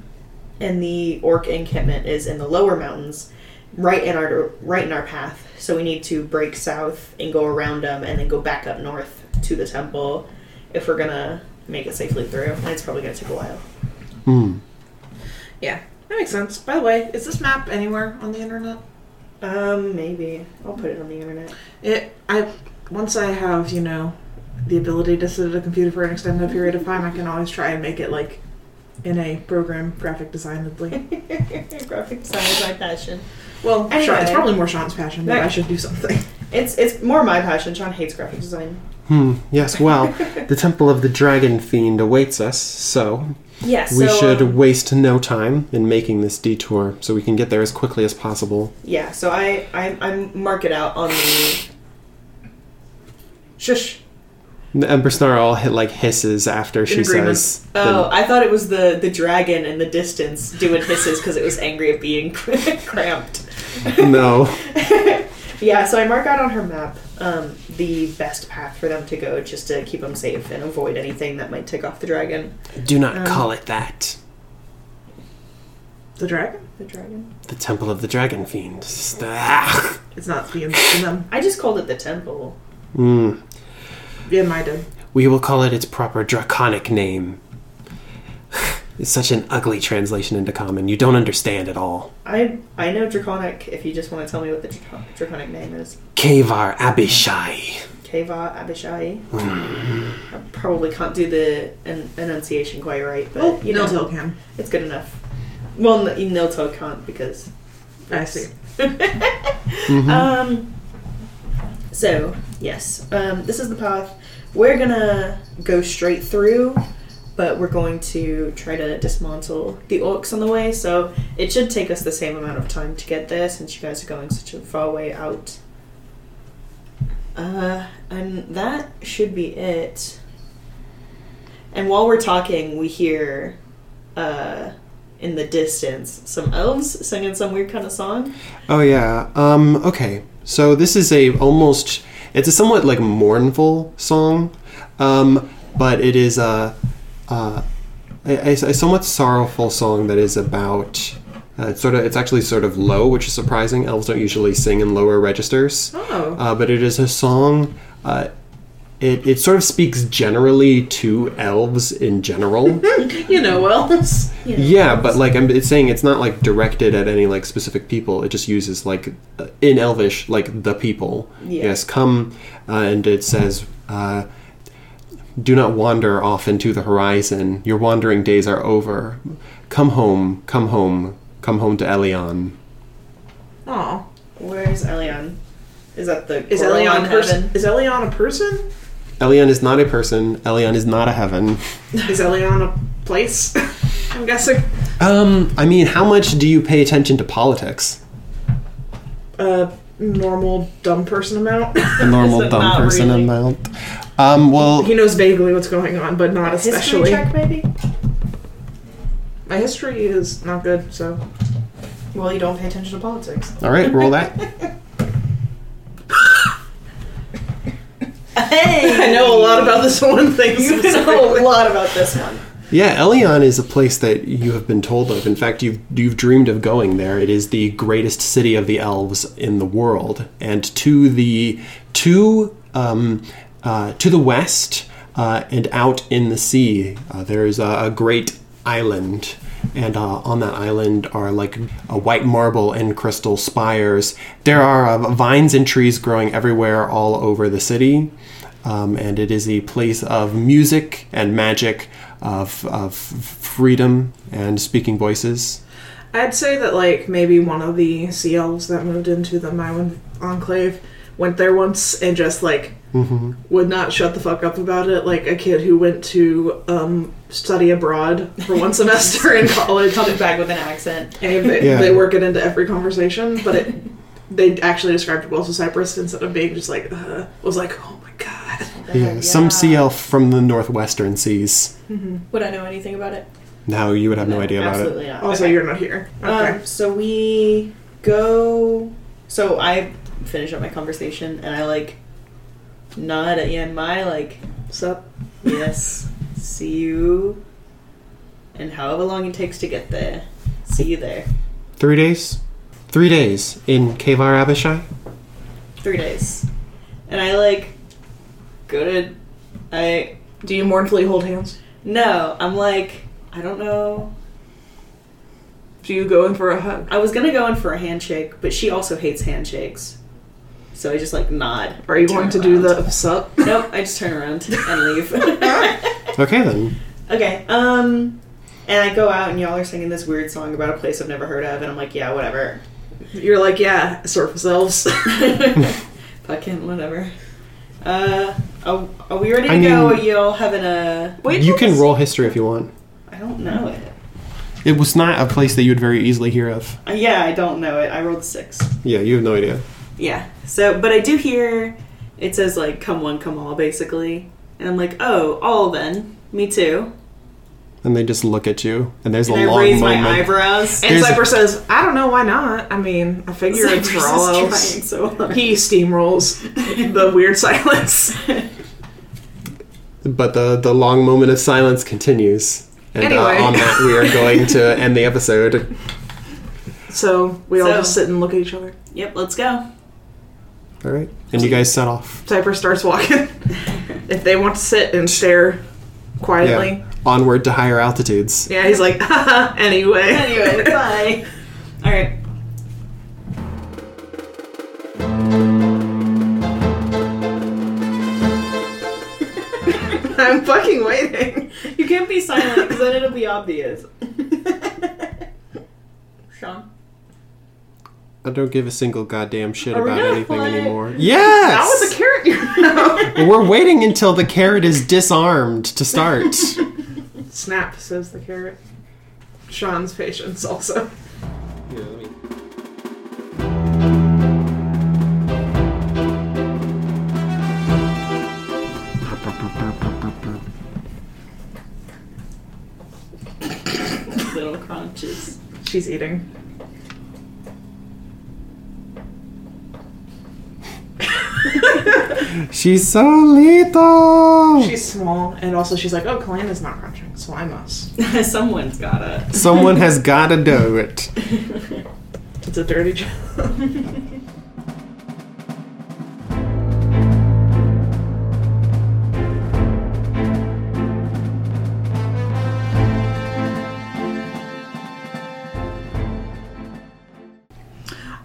S4: and the orc encampment is in the lower mountains, right in our right in our path. So we need to break south and go around them, and then go back up north to the temple if we're gonna make it safely through. And it's probably gonna take a while.
S1: Hmm.
S3: Yeah, that makes sense. By the way, is this map anywhere on the internet?
S4: Um, maybe I'll put it on the internet.
S3: It. I once I have you know the ability to sit at a computer for an extended period of time, I can always try and make it like in a program graphic design. Like,
S4: Graphic design is my passion.
S3: well, Sean, it's
S4: Anyway.
S3: probably more Sean's passion, but I
S4: Right.
S3: should do something.
S4: It's it's more my passion. Sean hates graphic design.
S1: Hmm. Yes. Well, the temple of the dragon fiend awaits us. So
S4: Yes,
S1: We should
S4: um,
S1: waste no time in making this detour so we can get there as quickly as possible.
S4: yeah, so I I I mark it out on the. Shush.
S1: And Empress Snarl hit like hisses after she
S3: agreement.
S1: says.
S4: Oh, I thought it was the the dragon in the distance doing hisses because it was angry at being cramped.
S1: the- no.
S4: Yeah, so I mark out on her map um, the best path for them to go, just to keep them safe and avoid anything that might tick off the dragon.
S1: Do not call it that.
S3: The dragon?
S4: The dragon.
S1: The Temple of the Dragon Fiend. Ah.
S3: It's not the in them.
S4: I just called it the temple.
S1: Mm.
S3: Yeah, my did.
S1: We will call it its proper draconic name. It's such an ugly translation into common. You don't understand at all.
S4: I I know draconic. If you just want to tell me what the dra- draconic name is,
S1: Kavar Abishai.
S4: Keva Abishai. I probably can't do the en- enunciation quite right, but
S3: Oh,
S4: you know
S3: Niltil can.
S4: it's good enough. Well, n- Nilto can't because
S3: I see.
S1: Mm-hmm.
S4: Um, so, yes, um, this is the path. We're gonna go straight through, but we're going to try to dismantle the orcs on the way, so it should take us the same amount of time to get there since you guys are going such a far way out. Uh, and that should be it. And while we're talking, we hear, uh, in the distance, some elves singing some weird kind of song.
S1: Oh yeah. Um, okay. So this is a almost it's a somewhat like mournful song, um, but it is a, a, a, a somewhat sorrowful song that is about. Uh, it's sort of it's actually sort of low, which is surprising. Elves don't usually sing in lower
S4: Ah.
S1: registers,
S3: Oh.
S1: uh, but it is a song. Uh, it, it sort of speaks generally to elves in general.
S3: you know, elves.
S1: Yeah, but like I'm it's saying, it's not like directed at any like specific people. It just uses like uh, in Elvish like the people.
S4: Yeah.
S1: Yes, come, uh, and it says, uh, "Do not wander off into the horizon. Your wandering days are over. Come home, come home, come home to Elion."
S3: Aw.
S4: Where's Elion? Is that the
S3: Is
S4: girl
S3: Elion
S4: in
S3: a person?
S4: heaven?
S3: Is Elion a person?
S1: Elion is not a person. Elion is not a heaven.
S3: Is Elion a place? I'm guessing.
S1: Um, I mean, how much do you pay attention to politics?
S3: A normal dumb person amount.
S1: A normal
S4: it
S1: dumb
S4: not
S1: person
S4: really?
S1: amount. Um, well,
S3: he knows vaguely what's going on, but not
S4: History
S3: especially.
S4: check, maybe.
S3: My history is not good, so
S4: Well, you don't pay attention to politics.
S1: all right, roll that.
S4: Hey!
S3: I know a lot about this one thing.
S4: You know
S3: specifically.
S4: a lot about this one.
S5: Yeah, Elion is a place that you have been told of. In fact, you've you've dreamed of going there. It is the greatest city of the elves in the world, and to the to um, uh, to the west uh, and out in the sea, uh, there is a, a great island, and uh, on that island are like a white marble and crystal spires. There are uh, vines and trees growing everywhere all over the city um, and it is a place of music and magic, of, of freedom and speaking voices.
S3: I'd say that like maybe one of the sea elves that moved into the Mywin enclave went there once and just like
S5: Mm-hmm.
S4: Uh,
S3: would not shut the fuck up about it. Like a kid who went to um, study abroad for one semester in college,
S4: Comes back with an accent.
S3: and they,
S5: Yeah.
S3: they work it into every conversation. But it, they actually described it well to Cyprus instead of being just like uh, was like oh my god.
S5: Yeah, some sea elf from the northwestern seas.
S3: Mm-hmm.
S6: Would I know anything about it?
S5: No, you would have no, idea about
S4: Absolutely not.
S3: Also,
S4: Okay.
S3: you're not here. Okay.
S4: Um, so we go. So I finish up my conversation and I like nod at Yan Mai, like,
S3: Sup?
S4: yes, see you. And however long it takes to get there, see you there.
S5: it. Three days? Three days in Kavar Abishai?
S4: Three days. And I like go to. I.
S3: Do you mournfully hold hands?
S4: No, I'm like, I don't know.
S3: Do you go in for a hug?
S4: I was gonna go in for a handshake, but she also hates handshakes. So I just like nod.
S3: Are you
S4: Turn
S3: going to do
S4: around.
S3: the sup?
S4: Nope, I just turn around and leave.
S5: Okay then.
S4: okay, um, and I go out and y'all are singing this weird song about a place I've never heard of, and I'm like, yeah, whatever.
S3: You're like, yeah, surface elves.
S4: Fucking whatever. Uh, are, are we ready to
S5: I mean-
S4: go? Are y'all having a.
S5: you can roll history if you want.
S4: I don't know it.
S5: It was not a place that you would very easily hear of.
S4: Uh, yeah, I don't know it. I rolled a six.
S5: Yeah, you have no idea.
S4: Yeah. So, but I do hear it says like "come one, come all" basically, and I'm like, oh, all then. Me too.
S5: And they just look at you, and there's
S4: And
S5: a
S4: I
S5: long
S4: raise
S5: moment.
S4: my eyebrows.
S3: and
S5: There's a-
S3: Cypress says, I don't know why not. I mean, I figure
S4: Cypress is
S3: it's for all
S4: trying
S3: elves.
S4: so hard.
S3: He steamrolls the weird silence.
S5: But the, the long moment of silence continues. And
S3: Anyway.
S5: uh, on that, we are going to end the episode.
S3: So we all
S4: So-
S3: just sit and look at each other.
S4: Yep, let's go.
S5: All right. And you guys set off.
S3: Cypress starts walking. if they want to sit and stare quietly,
S5: Onward to higher altitudes.
S3: yeah, he's like, Haha, anyway.
S4: Anyway, bye. All right.
S3: I'm fucking waiting.
S4: You can't be silent because then it'll be obvious. Sean,
S5: I don't give a single goddamn shit
S4: Are we
S5: about
S4: gonna
S5: anything
S4: play?
S5: anymore.
S3: That
S5: Yes!
S3: was a carrot. you know.
S5: We're waiting until the carrot is disarmed to start.
S3: Snap, says the carrot. Sean's patience also.
S4: little crunches.
S3: She's eating.
S5: She's so lethal!
S3: She's small, and also she's like, oh, Kalana's not crunching, so I must.
S4: Someone's gotta.
S5: Someone has gotta do it.
S3: It's a dirty job.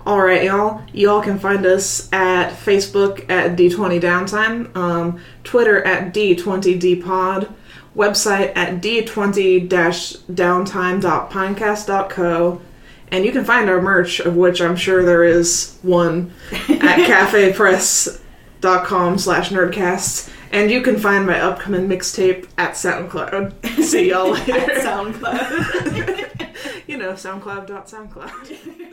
S3: All right, y'all. Y'all can find us at Facebook at D20 Downtime, um, Twitter at D20DPod, website at D20-downtime.pinecast.co, and you can find our merch, of which I'm sure there is one, at cafepress.com slash nerdcasts. And you can find my upcoming mixtape at SoundCloud. See y'all later.
S4: SoundCloud.
S3: you know, soundcloud.soundcloud.